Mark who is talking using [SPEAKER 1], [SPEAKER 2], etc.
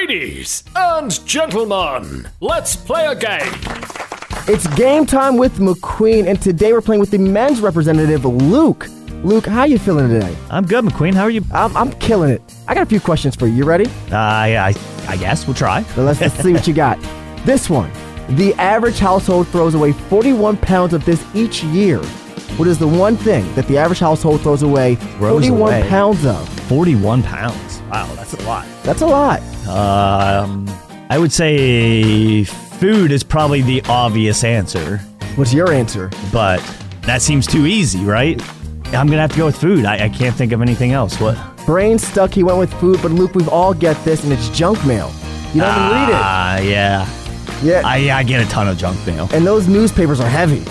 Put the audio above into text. [SPEAKER 1] Ladies and gentlemen, let's play a game.
[SPEAKER 2] It's game time with McQueen, and today we're playing with the men's representative, Luke. Luke, how you feeling today?
[SPEAKER 3] I'm good, McQueen. How are you?
[SPEAKER 2] I'm, I'm killing it. I got a few questions for you. You ready?
[SPEAKER 3] Uh, I, I, I guess we'll try.
[SPEAKER 2] But let's, let's see what you got. This one. The average household throws away 41 pounds of this each year. What is the one thing that the average household throws away
[SPEAKER 3] Throws
[SPEAKER 2] 41
[SPEAKER 3] away.
[SPEAKER 2] pounds of?
[SPEAKER 3] 41 pounds. Wow, that's a lot.
[SPEAKER 2] That's a lot.
[SPEAKER 3] Um, I would say food is probably the obvious answer,
[SPEAKER 2] What's your answer?
[SPEAKER 3] but that seems too easy, right? I'm gonna have to go with food. I, I can't think of anything else. What?
[SPEAKER 2] Brain stuck, he went with food, but Luke, we've all get this, and it's junk mail. You don't even read it.
[SPEAKER 3] Ah, yeah.
[SPEAKER 2] Yeah.
[SPEAKER 3] I, I get a ton of junk mail.
[SPEAKER 2] and those newspapers are heavy.